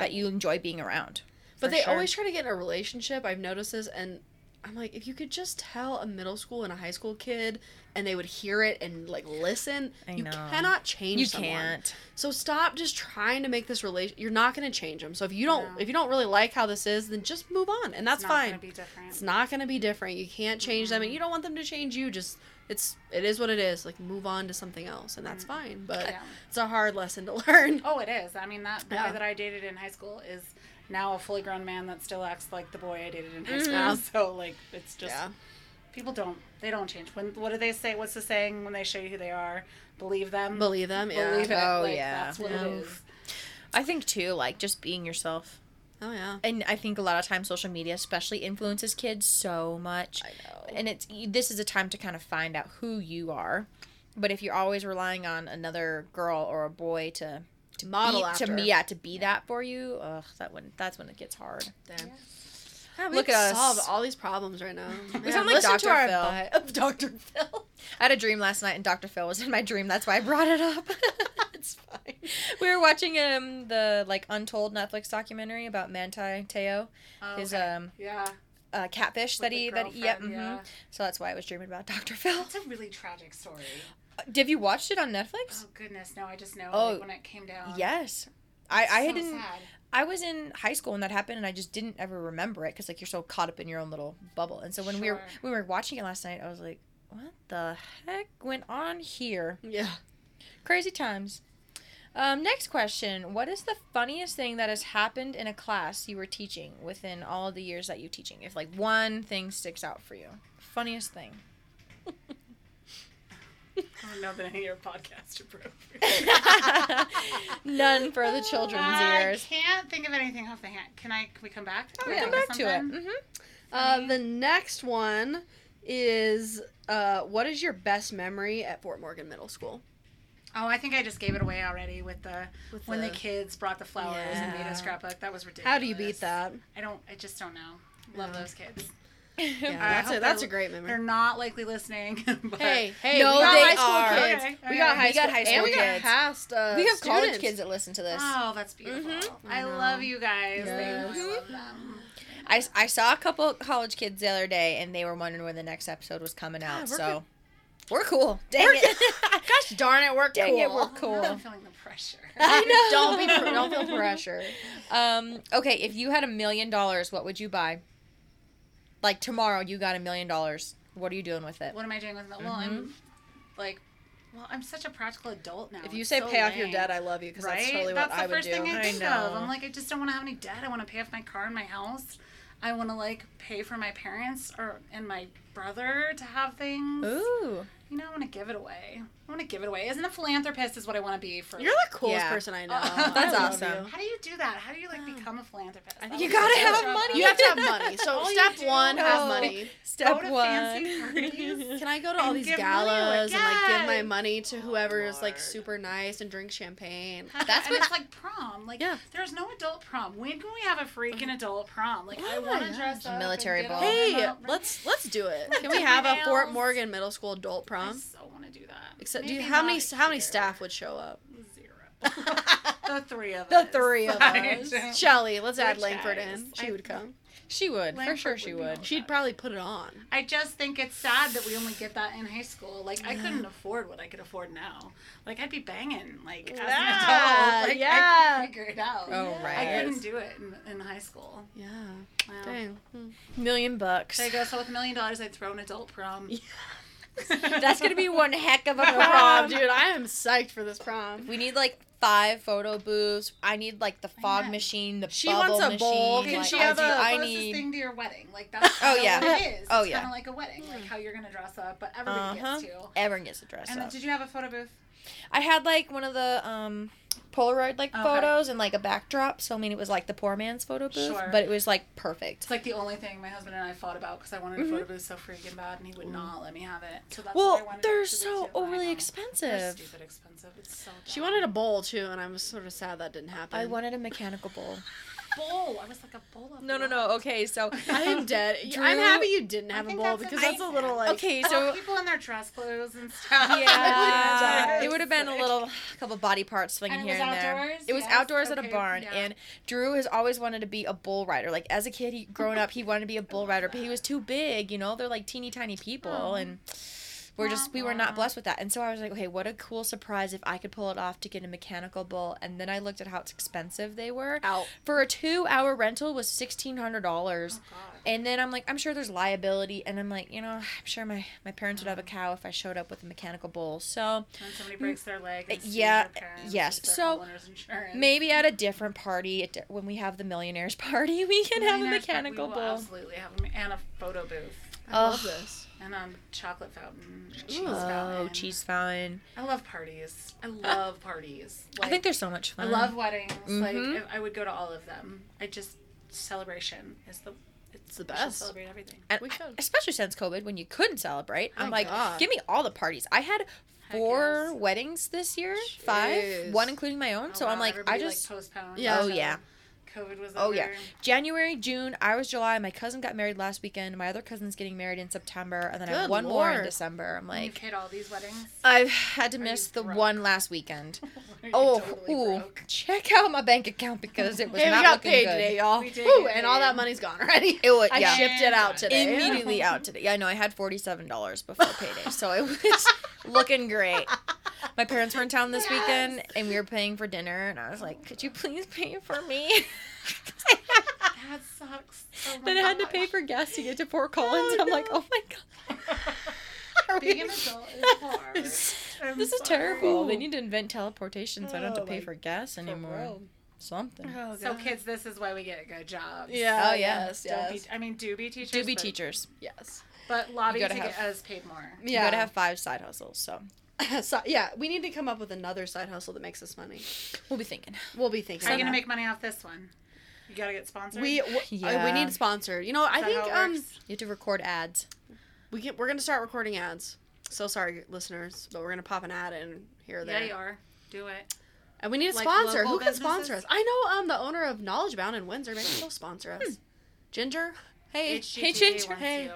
C: that you enjoy being around.
A: But
C: for
A: they
C: sure.
A: always try to get in a relationship. I've noticed this, and I'm like, if you could just tell a middle school and a high school kid, and they would hear it and like listen,
C: I
A: you
C: know.
A: cannot change.
C: you
A: someone.
C: can't.
A: So stop just trying to make this relation. You're not going to change them. So if you don't,
B: No.
A: if you don't really like how this is, then just move on, and that's
B: It's not
A: fine.
B: Gonna be different. Mm-hmm.
A: it's not going to be different. You can't change them, and you don't want them to change you. Just it's it is what it is. Like move on to something else, and that's fine. But
B: Mm. Yeah.
A: it's a hard lesson to [LAUGHS] learn.
B: Oh, it is. I mean, that boy
A: Yeah.
B: that I dated in high school is now a fully grown man that still acts like the boy I dated in high
A: Yeah.
B: school. [LAUGHS] So like, it's just
A: Yeah.
B: people don't they don't change. When what do they say? What's the saying? When they show you who they are, believe them.
A: Believe them. Yeah.
B: Mm. Believe it.
C: Oh,
B: Like,
C: yeah.
B: That's what
A: Yeah.
B: it is.
C: I think too like just being yourself.
A: Oh yeah.
C: And I think a lot of times social media especially influences kids so much.
A: I know.
C: and it's you- this is a time to kind of find out who you are but if you're always relying on another girl or a boy to
A: to model
C: be,
A: after.
C: to me yeah to be that for you ugh, that when that's when it gets hard
A: Damn.
B: Yeah.
A: Yeah, we
C: Look
A: could
C: at
A: solve
C: us.
A: all these problems right [LAUGHS] now. Man,
C: sound like
A: listen to
C: Dr.
A: our
B: [LAUGHS]
C: Phil.
A: bi- of Dr. Phil.
C: i had a dream last night and dr phil was in my dream that's why i brought it up [LAUGHS]
A: it's fine.
C: we were watching um the like untold netflix documentary about manti teo
B: Oh,
C: his
B: okay.
C: um
B: yeah.
C: uh, catfish
B: With
C: that
B: the
C: he that he- yep,
B: girlfriend,
C: mhm.
B: yeah.
C: so that's why i was dreaming
B: [LAUGHS]
C: about dr phil
B: That's a really tragic story.
C: have you watched it on netflix
B: Oh goodness, no! I just know
C: Oh,
B: like, when it came down.
C: yes i i
B: so
C: didn't
B: sad.
C: I was in high school when that happened, and I just didn't ever remember it because like you're so caught up in your own little bubble. And so when we were
B: Sure.
C: when we were watching it last night, I was like, "What the heck went on here?
A: [LAUGHS] Yeah.
C: Crazy times." Um, next question: What is the funniest thing that has happened in a class you were teaching within all the years that you teaching? If like one thing sticks out for you, funniest thing.
B: I don't know that any of your podcast [LAUGHS] appropriate.
C: [LAUGHS] None for the children's
A: Ah,
C: ears.
B: I can't think of anything off the hand. Can I? Can we come back?
C: We'll
B: yeah.
C: come back to it.
B: Something?
C: hmm
A: Uh, the next one is uh, what is your best memory at Fort Morgan Middle School?
B: Oh, I think I just gave it away already with the
A: With
B: when the,
A: the-
B: kids brought the flowers and made
C: Yeah.
B: a scrapbook. That was ridiculous.
A: How do you beat that?
B: I don't. I just don't know. Love those kids.
A: [LAUGHS]
C: [LAUGHS]
A: Yeah,
B: I
A: that's
B: hope
A: a that's a
B: they're-
A: great
B: They're
A: memory.
B: not likely listening. [LAUGHS] But
A: Hey, hey,
C: No,
A: we got
C: they
A: high school
C: are.
A: kids.
B: Okay,
A: We got
B: okay.
A: high
C: We got
A: school,
C: high
A: and we
C: school
A: got
C: kids.
A: past uh,
C: we have college
A: students. [LAUGHS]
C: kids that listen to this.
B: Oh, that's beautiful. I love you guys. Thank you. I love them.
C: I, I saw a couple college kids the other day and they were wondering when the next episode was coming out.
A: we're
C: so we're cool. Dang it. [LAUGHS]
A: Gosh darn it, we're
C: Dang it,
A: cool.
C: we're [LAUGHS]
B: Now I'm
C: cool.
B: feeling the
A: [LAUGHS]
B: pressure.
C: I know.
A: Don't be don't feel [LAUGHS] pressure.
C: Um, okay, if you had a million dollars, what would you buy? Like tomorrow, you got a million dollars. What are you doing with it?
B: [LAUGHS] what am I doing with that? Well,
A: Mm-hmm.
B: I'm like, well, I'm such a practical adult now.
A: If you
B: It's
A: say
B: so
A: pay off your
B: lame.
A: debt, I love you because that's totally what
B: the
A: I would
B: first
A: do.
B: thing I
C: I
B: think
C: know.
B: of. I'm like, I just don't want to have any debt. I want to pay off my car and my house. I want to like pay for my parents or and my brother to have things.
C: Ooh.
B: You know, I want to give it away. I want to give it away. Isn't a philanthropist is what I want to be for.
A: You're the coolest
C: Yeah.
A: person I [LAUGHS] know.
B: Oh.
A: I
C: That's
A: love
C: awesome.
A: you.
B: How do you do that? How do you like become a philanthropist? I
A: think
C: You gotta have money.
A: You have to have money. [LAUGHS] So
B: All you
A: step
B: do
A: one, have
C: is-
A: money.
C: Step
B: Go to
C: one.
B: fancy parties.
A: [LAUGHS]
C: [LAUGHS]
A: Can I go to all
B: And
A: these
B: give money away.
A: galas and like give my
B: Yes.
A: money to whoever is like
B: Lord.
A: super nice and drink champagne? [LAUGHS]
B: That's
C: [LAUGHS]
B: what it's like prom. Like
A: Yeah. Uh-huh.
B: there's no adult prom. When can we have a freaking adult prom? Like I
A: Oh my
B: want to
A: gosh,
B: dress up. and
C: military
B: get
C: ball.
B: all them
A: Hey,
B: up.
A: let's let's do it. Can
B: Do
A: we have a
B: my
A: Fort
B: nails.
A: Morgan Middle School adult
B: I
A: prom?
B: so want to do that.
A: Except, do you,
B: Maybe
A: how many
B: not
A: how many
B: here.
A: staff would show up? [LAUGHS]
B: Zero. the three of
A: The
B: us.
A: three of
B: [LAUGHS] I
A: us.
B: don't-
A: Shelly, let's add
B: We're
A: Langford
B: chicks.
A: in. She
B: I-
A: would come.
C: She would. for
B: Lampert
C: sure
B: would
C: she
B: be
C: would.
B: nice.
A: She'd probably put it on.
B: I just think it's sad that we only get that in high school. Like I couldn't afford what I could afford now. Like I'd be banging like as
A: Yeah,
B: an adult. Like I
A: yeah.
B: could figure it out.
C: Oh,
B: I
C: right.
B: couldn't do it in, in high school.
A: Yeah.
B: Wow.
A: Dang. [LAUGHS] Hmm.
C: Million bucks.
B: There you go. So with a million dollars, I'd throw an adult
A: [LAUGHS]
B: prom.
C: That's gonna be one heck [LAUGHS] of a
A: Prom,
C: prom, dude.
A: dude. I am psyched for this prom.
C: We need like five photo booths. I need like the fog
B: know.
C: machine, the
A: She
C: bubble
A: wants a
C: machine.
A: bowl. Can
C: like,
A: she
C: I
A: have
C: do-
A: a-
C: I
B: closest
C: need.
B: thing to your wedding. Like that's
C: Oh,
B: kinda
C: yeah.
B: what it is.
C: Oh,
B: it's
C: yeah.
B: Kind of like a wedding, like how you're gonna dress up, but everybody
C: Uh-huh.
B: gets to.
C: Everyone gets a dress
B: And then,
C: up.
B: did you have a photo booth?
C: I had like one of the um Polaroid like
B: Okay.
C: photos and like a backdrop. So I mean, it was like the poor man's photo booth,
B: Sure.
C: but it was like perfect.
B: It's like the only thing my husband and I fought about because I wanted
C: Mhm.
B: a photo booth so freaking bad, and he would not let me have it. So that's what I
C: well,
B: wanted
C: they're
B: it to be
C: so
B: too. I
C: overly
B: know. They're
C: expensive.
B: stupid expensive. It's so. Dumb.
A: She wanted a bowl too, and I'm sort of sad that didn't happen.
C: I wanted a mechanical bowl.
B: bowl. I was like a bowl of.
C: No, no,
B: what?
C: no. Okay, [LAUGHS] so
B: [LAUGHS]
A: I'm dead.
C: Drew-
A: I'm happy you didn't have
B: I
A: a
B: think
A: bowl
B: that's
A: because
B: an
A: that's a little like.
C: okay,
B: So
C: so
B: people in their dress clothes and stuff. [LAUGHS]
C: yeah,
A: Yes.
C: it would have been a little a couple body parts swinging
B: And it
C: here
B: was
C: and there.
B: outdoors?
C: It was
B: Yes,
C: outdoors at a
B: okay,
C: barn,
B: yeah.
C: and Drew has always wanted to be a bull rider. Like as a kid, he, growing up, he wanted
B: [LAUGHS]
C: to be a bull rider, but he was too big. You know, they're like teeny tiny people,
B: Oh.
C: and we're just we were
B: Aw.
C: not blessed with that. And so I was like, okay, what a cool surprise if I could pull it off to get a mechanical bull. And then I looked at how expensive they were.
A: Out.
C: For a two hour rental was sixteen hundred dollars.
B: Oh, God.
C: And then I'm like, I'm sure there's liability, and I'm like, you know, I'm sure my my parents would have a cow if I showed up with a mechanical bull. So
B: When somebody breaks their leg.
C: Uh,
B: And sues
C: yeah,
B: their parents,
C: yes.
B: it's their
C: So,
B: homeowner's insurance.
C: maybe at a different party, at di- when we have the millionaires [LAUGHS] party, we can have a
B: Millionaires, but
C: mechanical
B: we will
C: bull.
B: Absolutely have a, me- and a photo booth
A: I love
C: Ugh.
A: this.
B: and a chocolate fountain. and Cheese
A: Ooh.
C: Oh,
B: fountain.
C: cheese fountain!
B: I love parties. I love parties.
C: I think they're so much
B: I
C: fun.
B: love weddings. Like
C: Mhm.
B: I I would go to all of them. I just celebration is the it's
A: the
B: we should
A: best.
B: Celebrate everything.
C: And
A: We
C: I-
B: [LAUGHS]
A: should.
C: especially since COVID, when you couldn't celebrate. I'm
A: My
C: like,
A: God.
C: give me all the parties. I had four
B: yes.
C: weddings this year, five,
A: Jeez.
C: one including my own. so
B: Oh,
C: I'm
B: wow,
C: like, I
B: everybody,
C: just
B: postponed.
A: Yeah.
C: Oh,
B: So
C: yeah.
B: COVID was.
C: Oh,
B: over.
C: yeah. January, June, I was July. My cousin got married last weekend. My other cousin's getting married in September, and then I have
A: Good
C: one more in
A: lord. Mm.
C: December. I'm
B: Like, You've
C: like, uh,
B: hit all these weddings. [LAUGHS]
C: I've had to miss
B: you
C: the
B: broke?
C: one
A: [LAUGHS]
C: last weekend.
B: You're
C: oh,
B: totally
C: ooh,
B: broke.
C: check out my bank account because it was
A: Hey, we
C: not
A: got
C: looking
A: paid
C: good.
A: today, y'all.
B: We did
A: Woo,
B: get
A: and all
B: paid.
A: that money's gone
B: [LAUGHS]
A: already.
C: It was,
A: I
C: yeah,
A: shipped it out today.
C: [LAUGHS]
A: [LAUGHS]
C: immediately out today. Yeah, I know. I had forty-seven dollars before payday, so it
A: [LAUGHS]
C: was looking great. My parents were in town this weekend, and we were paying for dinner, and I was like, "Could you please pay for
A: [LAUGHS]
C: me?"
B: That sucks. Oh my
C: then I had to
B: gosh.
C: pay for gas to get to Fort Collins. I'm like, oh my
B: [LAUGHS]
C: god,
B: Being an adult is hard. I'm
C: this is
B: sorry. Oh.
C: terrible. They need to invent teleportation so I don't have
A: Oh,
C: to pay
A: my-
C: for gas anymore. Something.
A: Oh,
B: So kids, this is why we get good jobs.
A: Yeah.
C: Oh, yeah.
A: Yes.
B: Don't
A: Yes.
B: Be, I mean, do be teachers.
C: Do be
B: but-
C: teachers.
A: Yes.
B: But lobby
C: You
B: to
C: gotta
B: get
C: have-
B: us paid more.
C: You gotta
A: Yeah.
C: have five side hustles. So
A: [LAUGHS] so, yeah. We need to come up with another side hustle that makes us money.
C: we'll be thinking.
A: We'll be thinking.
B: How are you
A: about
B: gonna
A: it.
B: make money off this one? You gotta get sponsored.
A: we
B: Is
A: w- uh, we
C: Yeah.
A: need sponsored. You know, I
B: that
A: think
B: how it
A: um
B: works?
C: You have to record ads.
A: we can, we're gonna start recording ads. So sorry, listeners, but we're gonna pop an ad in here or there.
B: yeah, you are. Do it.
A: And we need a
B: Like
A: sponsor.
B: local
A: Who can sponsor us?
B: businesses?
A: I know um the owner of Knowledge Bound in Windsor. Maybe she'll sponsor us. Ginger. Hey.
B: HGTV
C: hey, Ginger.
B: wants
A: Hey.
B: you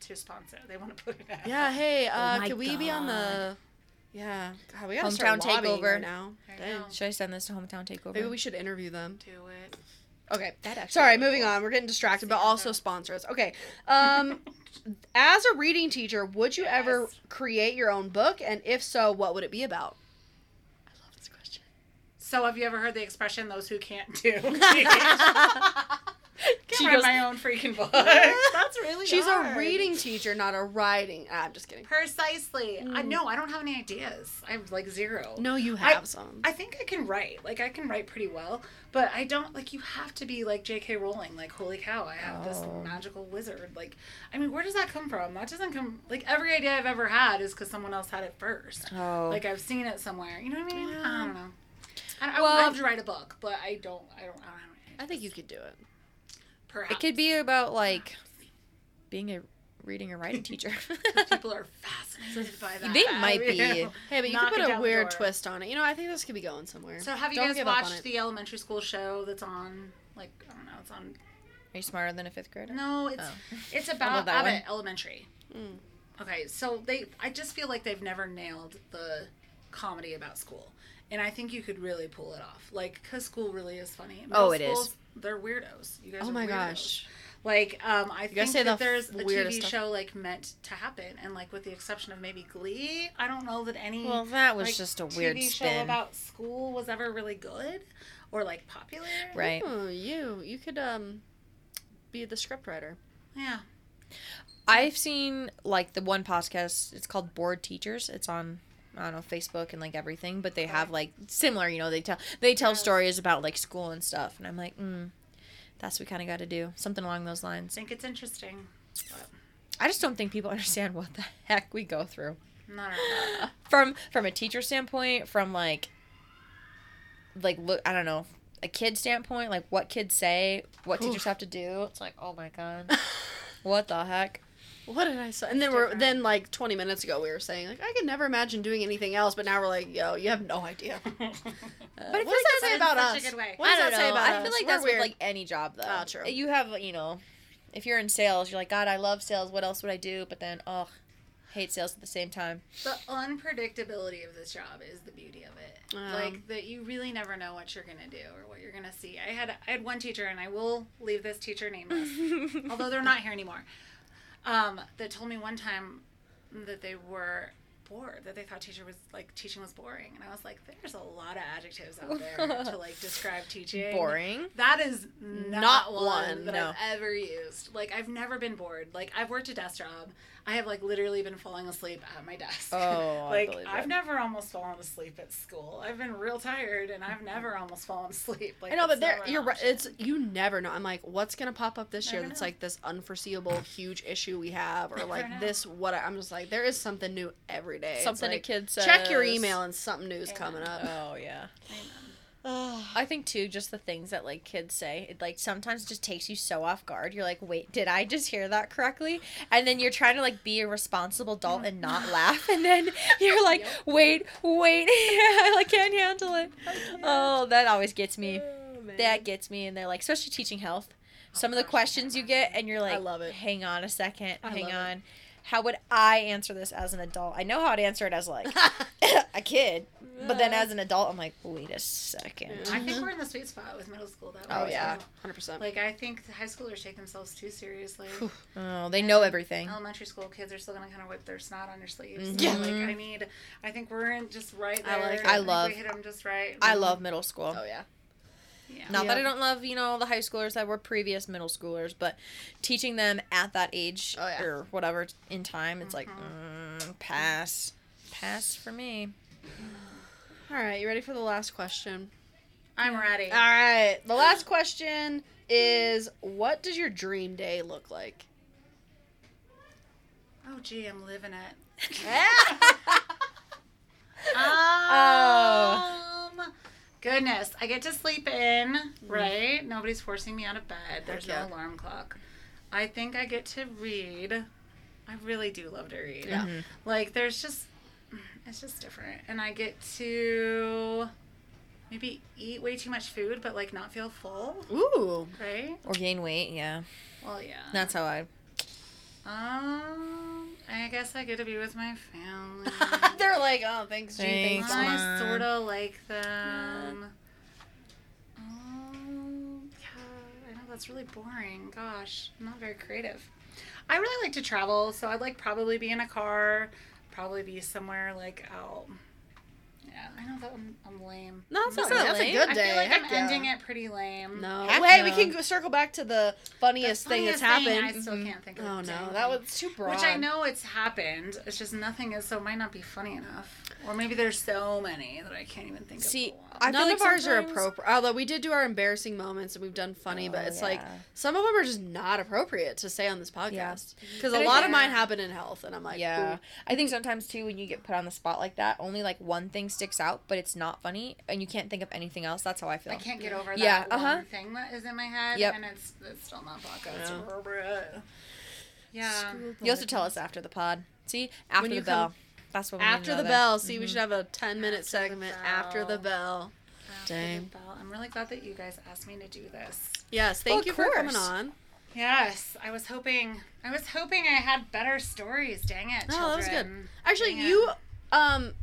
B: to sponsor. They want to put it out.
A: Yeah. Hey. Uh,
C: my
A: could we be on the? Yeah. God, we gotta
C: Hometown
A: start lobbying
C: takeover.
A: right now.
B: There you
A: Dang.
B: go.
C: Should I send this to Hometown Takeover?
A: Maybe we should interview them.
B: Do it.
A: Okay.
C: That actually
A: Sorry,
C: would be
A: moving
C: cool.
A: on. We're getting distracted, but also sponsor us. [LAUGHS] Okay. Um, as a reading teacher, would you ever
B: Yes.
A: create your own book? And if so, what would it be about? I love this question.
B: So have you ever heard the expression "those who can't
A: [LAUGHS]
B: do"? Can't
C: She
B: write
C: goes-
B: my own
A: [LAUGHS]
B: freaking book. That's really.
A: She's
B: hard.
A: a reading teacher, not a writing. Ah, I'm just kidding.
B: Precisely.
C: Mm.
B: I know. I don't have any ideas. I'm like zero.
A: No, you
B: I-
A: have some.
B: I think I can write. Like I can write pretty well, but I don't like you have to be like J.K. Rowling. Like holy cow, I have this
C: Oh.
B: magical wizard. Like I mean, where does that come from? That doesn't come like every idea I've ever had is because someone else had it first.
C: Oh.
B: Like I've seen it somewhere. You know what I mean? I don't know. I, I
C: Well-
B: would love to write a book, but I don't. I don't. I don't. Have any.
A: I think you could do it.
B: Perhaps
C: it could be about like being a reading
B: [LAUGHS]
C: or writing teacher.
B: people are fascinated by that.
C: [LAUGHS] They might be.
B: [LAUGHS]
A: Hey, but you
B: Knock it
A: could put
B: down
A: a
B: the
A: weird
B: door.
A: twist on it. You know, I think this could be going somewhere.
B: So have you
A: Don't
B: guys
A: give up on
B: watched
A: it.
B: the elementary school show that's on? Like I don't know. It's on
C: [LAUGHS] Are you smarter than a fifth grader?
B: No, it's
C: Oh.
B: it's about
C: that
B: Abbott Elementary.
A: Mm.
B: Okay, so they I just feel like they've never nailed the comedy about school, and I think you could really pull it off. Like, cause school really is funny.
C: Oh, it is.
B: They're weirdos. You guys.
A: Oh
B: are
A: my
B: weirdos.
A: gosh.
B: Like, um, I
C: guys
B: think
C: say
B: that
C: the
B: there's a TV
C: weirdest stuff.
B: show like meant to happen, and like with the exception of maybe Glee, I don't know that any
C: Well, that was
B: like,
C: just a weird
B: TV
C: spin.
B: show about school was ever really good or like popular.
C: right.
A: Oh, you you could um be
B: [LAUGHS]
A: the scriptwriter.
B: Yeah.
C: I've seen like the one podcast. It's called Bored Teachers. It's on I don't know Facebook and like everything, but they have like similar. You know, they tell they tell
B: Yes.
C: stories about like school and stuff, and I'm like, mm, that's what we kind of got to do something along those
B: I
C: lines.
B: think it's interesting. But
C: I just don't think people [LAUGHS] understand what the heck we go through
B: not at all.
C: from from a teacher standpoint, from like like look I don't know a kid standpoint, like what kids say, what teachers have to do. It's like, oh my god, what the heck.
A: What did I say? And then we're
B: different.
A: then like 20 minutes ago we were saying like I could never imagine doing anything else, but now we're like, yo, you have no
B: [LAUGHS]
A: idea. Uh,
C: I
A: what does
C: feel
A: that
C: like that's
A: say
B: in
A: about
B: such a
A: us?
B: good way.
A: What does
C: I don't
A: that say
C: know.
A: about
C: I
A: us?
C: feel like
A: We're
C: that's with
A: weird.
C: like any job though.
A: Ah, true.
C: You have you know, if you're in sales, you're like, God, I love sales. What else would I do? But then, oh, hate sales at the same time.
B: The unpredictability of this job is the beauty of it.
A: Um,
B: like that you really never know what you're gonna do or what you're gonna see. I had I had one teacher and I will leave this teacher nameless.
C: [LAUGHS]
B: although they're not here anymore. Um, that told me one time that they were bored, that they thought teacher was like teaching was boring, and I was like, there's a lot of adjectives out
C: [LAUGHS]
B: there to like describe teaching.
C: Boring.
B: That is not,
A: Not
B: one,
A: one,
B: that
C: no.
B: I've ever used. Like I've never been bored. Like I've worked a desk job. I have like literally been falling asleep at my desk.
C: Oh,
B: [LAUGHS]
C: I
B: like
C: believe
B: I've
C: it.
B: never almost fallen asleep at school. I've been real tired, and I've never almost fallen asleep. Like
A: I know, but
B: it's
A: there
B: never an
A: you're right.
B: option.
A: It's you never know. I'm like, what's gonna pop up this year
B: Never
A: that's
B: know.
A: like this unforeseeable huge issue we have, or
B: Never
A: like
B: know.
A: this what I, I'm just like, there is something new every day. It's
C: Something
A: like,
C: a kid says.
A: check your email and something new is
B: Yeah.
A: coming up.
C: Oh yeah.
B: Amen.
C: [SIGHS] I think too, just the things that like kids say, it like sometimes just takes you so off guard. You're like, wait, did I just hear that correctly? And then you're trying to like be a responsible adult and [LAUGHS] not laugh, and then you're like,
B: Yep.
C: wait, wait, [LAUGHS] I can't handle it. Oh, that always gets me.
A: Oh,
C: That gets me, and they're like, especially teaching health. Some of the
B: gosh, I
C: questions you
B: can't
C: get, and you're like,
A: love it.
C: Hang on a second.
A: I
C: hang
A: love it.
C: on. How would I answer this as an adult? I know how to answer it as like [COUGHS] a kid, but then as an adult, I'm like, wait a second.
A: Yeah.
B: I think we're in the sweet spot with middle school. That
C: Mm-hmm. Oh,
B: way,
C: yeah.
B: too.
A: [LAUGHS] hundred percent.
B: Like I think the high schoolers take themselves too seriously.
C: Oh, they know everything.
B: Elementary school kids are still gonna kind of whip their snot on their sleeves.
C: Mhm.
A: Yeah.
B: Like I need. I think we're in just right
A: I
B: there.
A: like it.
C: I
B: think
C: love-
B: We hit them just right.
C: I love middle school.
A: Oh yeah.
B: Yeah.
C: Not that I
A: Yeah.
C: don't love, you know, the high schoolers that were previous middle schoolers, but teaching them at that age
A: Oh, yeah. Mm-hmm.
C: or whatever in time, it's like mm, pass, pass for me.
A: [LAUGHS] All right, you ready for the last question?
B: I'm ready.
A: All right, the last question is, what does your dream day look like?
B: Oh gee, I'm living
A: [LAUGHS]
B: it.
C: Oh.
B: Um, Goodness, I get to sleep in, right? Nobody's forcing me out of bed. There's
A: Mm. yeah.
B: no alarm clock. I think I get to read. I really do love to read.
A: Yeah.
B: Like there's just it's just different. And I get to maybe eat way too much food but like not feel full,
A: Ooh,
B: right?
C: or gain weight, yeah.
B: Well, yeah.
C: That's how I. [LAUGHS]
B: Um I guess I get to be with my family.
A: [LAUGHS] they're like, oh, thanks, G, thanks,
C: Thanks,
A: Mom.
B: I
C: Mom.
B: sort of like them. Um, yeah, I know that's really boring. Gosh, I'm not very creative. I really like to travel, so I'd like probably be in a car, probably be somewhere like out. Yeah, I know that I'm, I'm lame.
A: No, that's,
C: That's
A: not,
C: not
A: that's a
C: lame.
A: good
B: I
A: day.
B: feel like
A: Heck
B: I'm
A: yeah.
B: ending it pretty lame.
A: No.
C: Heck
A: Wait, we
C: no.
A: can go, circle back to the
B: The
A: funniest thing that's
B: funniest thing, I
A: happened.
B: still
C: Mhm.
B: can't think of.
A: oh
B: the
A: no,
B: dang
A: that
B: thing.
A: was too broad.
B: Which I know it's happened. It's just nothing is so it might not be funny enough, or maybe there's so many that I can't even think
C: See,
B: of. the one.
C: I
A: None
C: feel
A: of
C: like
A: ours are
C: sometimes-
A: appropriate. Although we did do our embarrassing moments and we've done funny, but
C: Oh,
A: it's like
C: yeah.
A: some of them are just not appropriate to say on this podcast. Because
C: But I
A: a lot of
C: think-
A: mine happen in health, and I'm like,
C: yeah,
A: yeah,
C: I think sometimes too when you get put on the spot like that, only like one thing sticks out, but it's not funny, and you can't think of anything else. That's how I feel.
B: I can't get over that
C: Yeah, uh-huh.
B: one thing that is in my head,
C: Yep.
B: and it's it's still not podcast
A: Yeah.
B: appropriate. Yeah.
C: You also tell us after the pod. See, after
A: you
C: the
A: come-
C: bell. That's what we Mm-hmm. need
A: after
C: to
A: the
C: know
A: bell. See, we should have a 10 minute
B: After the
A: segment after the
B: bell.
A: bell.
B: After the
C: Dang.
B: bell. I'm really glad that you guys asked me to do this.
A: Yes, thank
C: of
A: you for coming
C: course.
A: on.
B: Yes, I was hoping. I was hoping I had better stories. Dang it,
A: No, Oh, that was good.
B: children.
A: Actually,
B: Yeah.
A: you um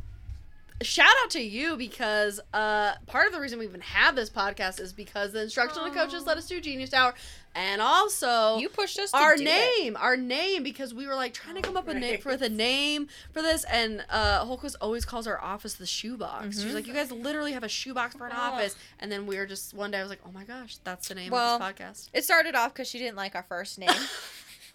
A: shout out to you because uh, part of the reason we even have this podcast is because the instructional
B: Aw.
A: coaches let us do Genius Hour, and also
C: You pushed us to
A: our
C: do it.
A: name, our name, because we were like trying to come up with a name
B: Right.
A: for the name for this, and uh, Holquist always calls our office the shoebox. She's like, "You guys literally have a shoebox for an
C: Ugh.
A: office," and then we were just one day I was like, "Oh my gosh, that's the name
C: Well,
A: of this podcast."
C: It started off because she didn't like our first name.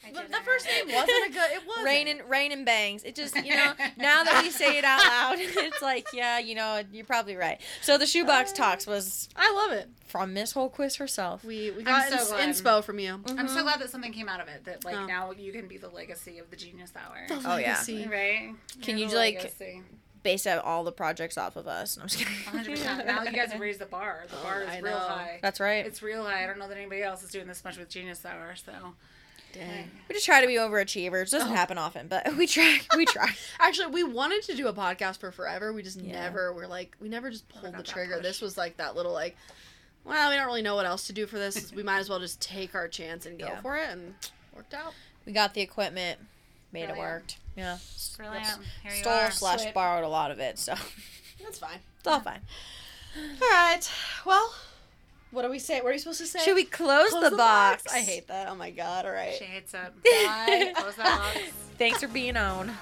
B: I
A: But
B: did
A: the
B: it.
A: first name wasn't a good. [LAUGHS] It was
C: rain and rain and bangs. It just you know now that we say it out loud, [LAUGHS] it's like yeah you know you're probably right. So the shoebox talks was
A: I love it.
C: from Miss Holquist herself.
A: We we got
B: so
A: ins-
B: glad.
A: inspo from you.
B: I'm so glad that something came out of it. That like
A: uh-huh. Oh.
B: now you can be the legacy of the Genius Hour.
A: [LAUGHS]
C: Oh, yeah.
A: Legacy.
B: Right?
C: Can
B: You're
C: you,
B: the
C: like-
B: legacy.
C: Based out all the projects off of us. No, I'm just kidding. [LAUGHS]
B: 100%. Now you guys have raised the bar. The
A: Oh,
B: bar is
A: I
B: real
A: know.
B: high.
C: That's right.
B: It's real high. I don't know that anybody else is doing this much with Genius Hour. So
A: Dang.
C: we just try to be overachievers.
B: Oh.
C: Doesn't happen often, but [LAUGHS] we try. We try.
A: Actually, we wanted to do a podcast for forever. We just
C: Yeah.
A: never were like we never just pulled
B: got
A: the
B: that
A: trigger.
B: push.
A: This was like that little like, well, we don't really know what else to do for this. we might as well just take our chance and go
C: Yeah.
A: for it, and worked out.
C: we got the equipment. Made it
B: Brilliant.
C: worked. Yeah.
B: brilliant. Here you
C: Stole
B: are.
C: slash
B: Sweet.
C: borrowed a lot of it, so [LAUGHS]
A: That's fine.
C: it's all fine.
A: All right. Well, what do we say? What are we supposed to say?
C: Should we close,
A: Close
C: the, box?
A: I hate that. Oh my god. All right.
B: She hates it. Bye. Close that box.
C: Thanks for being on.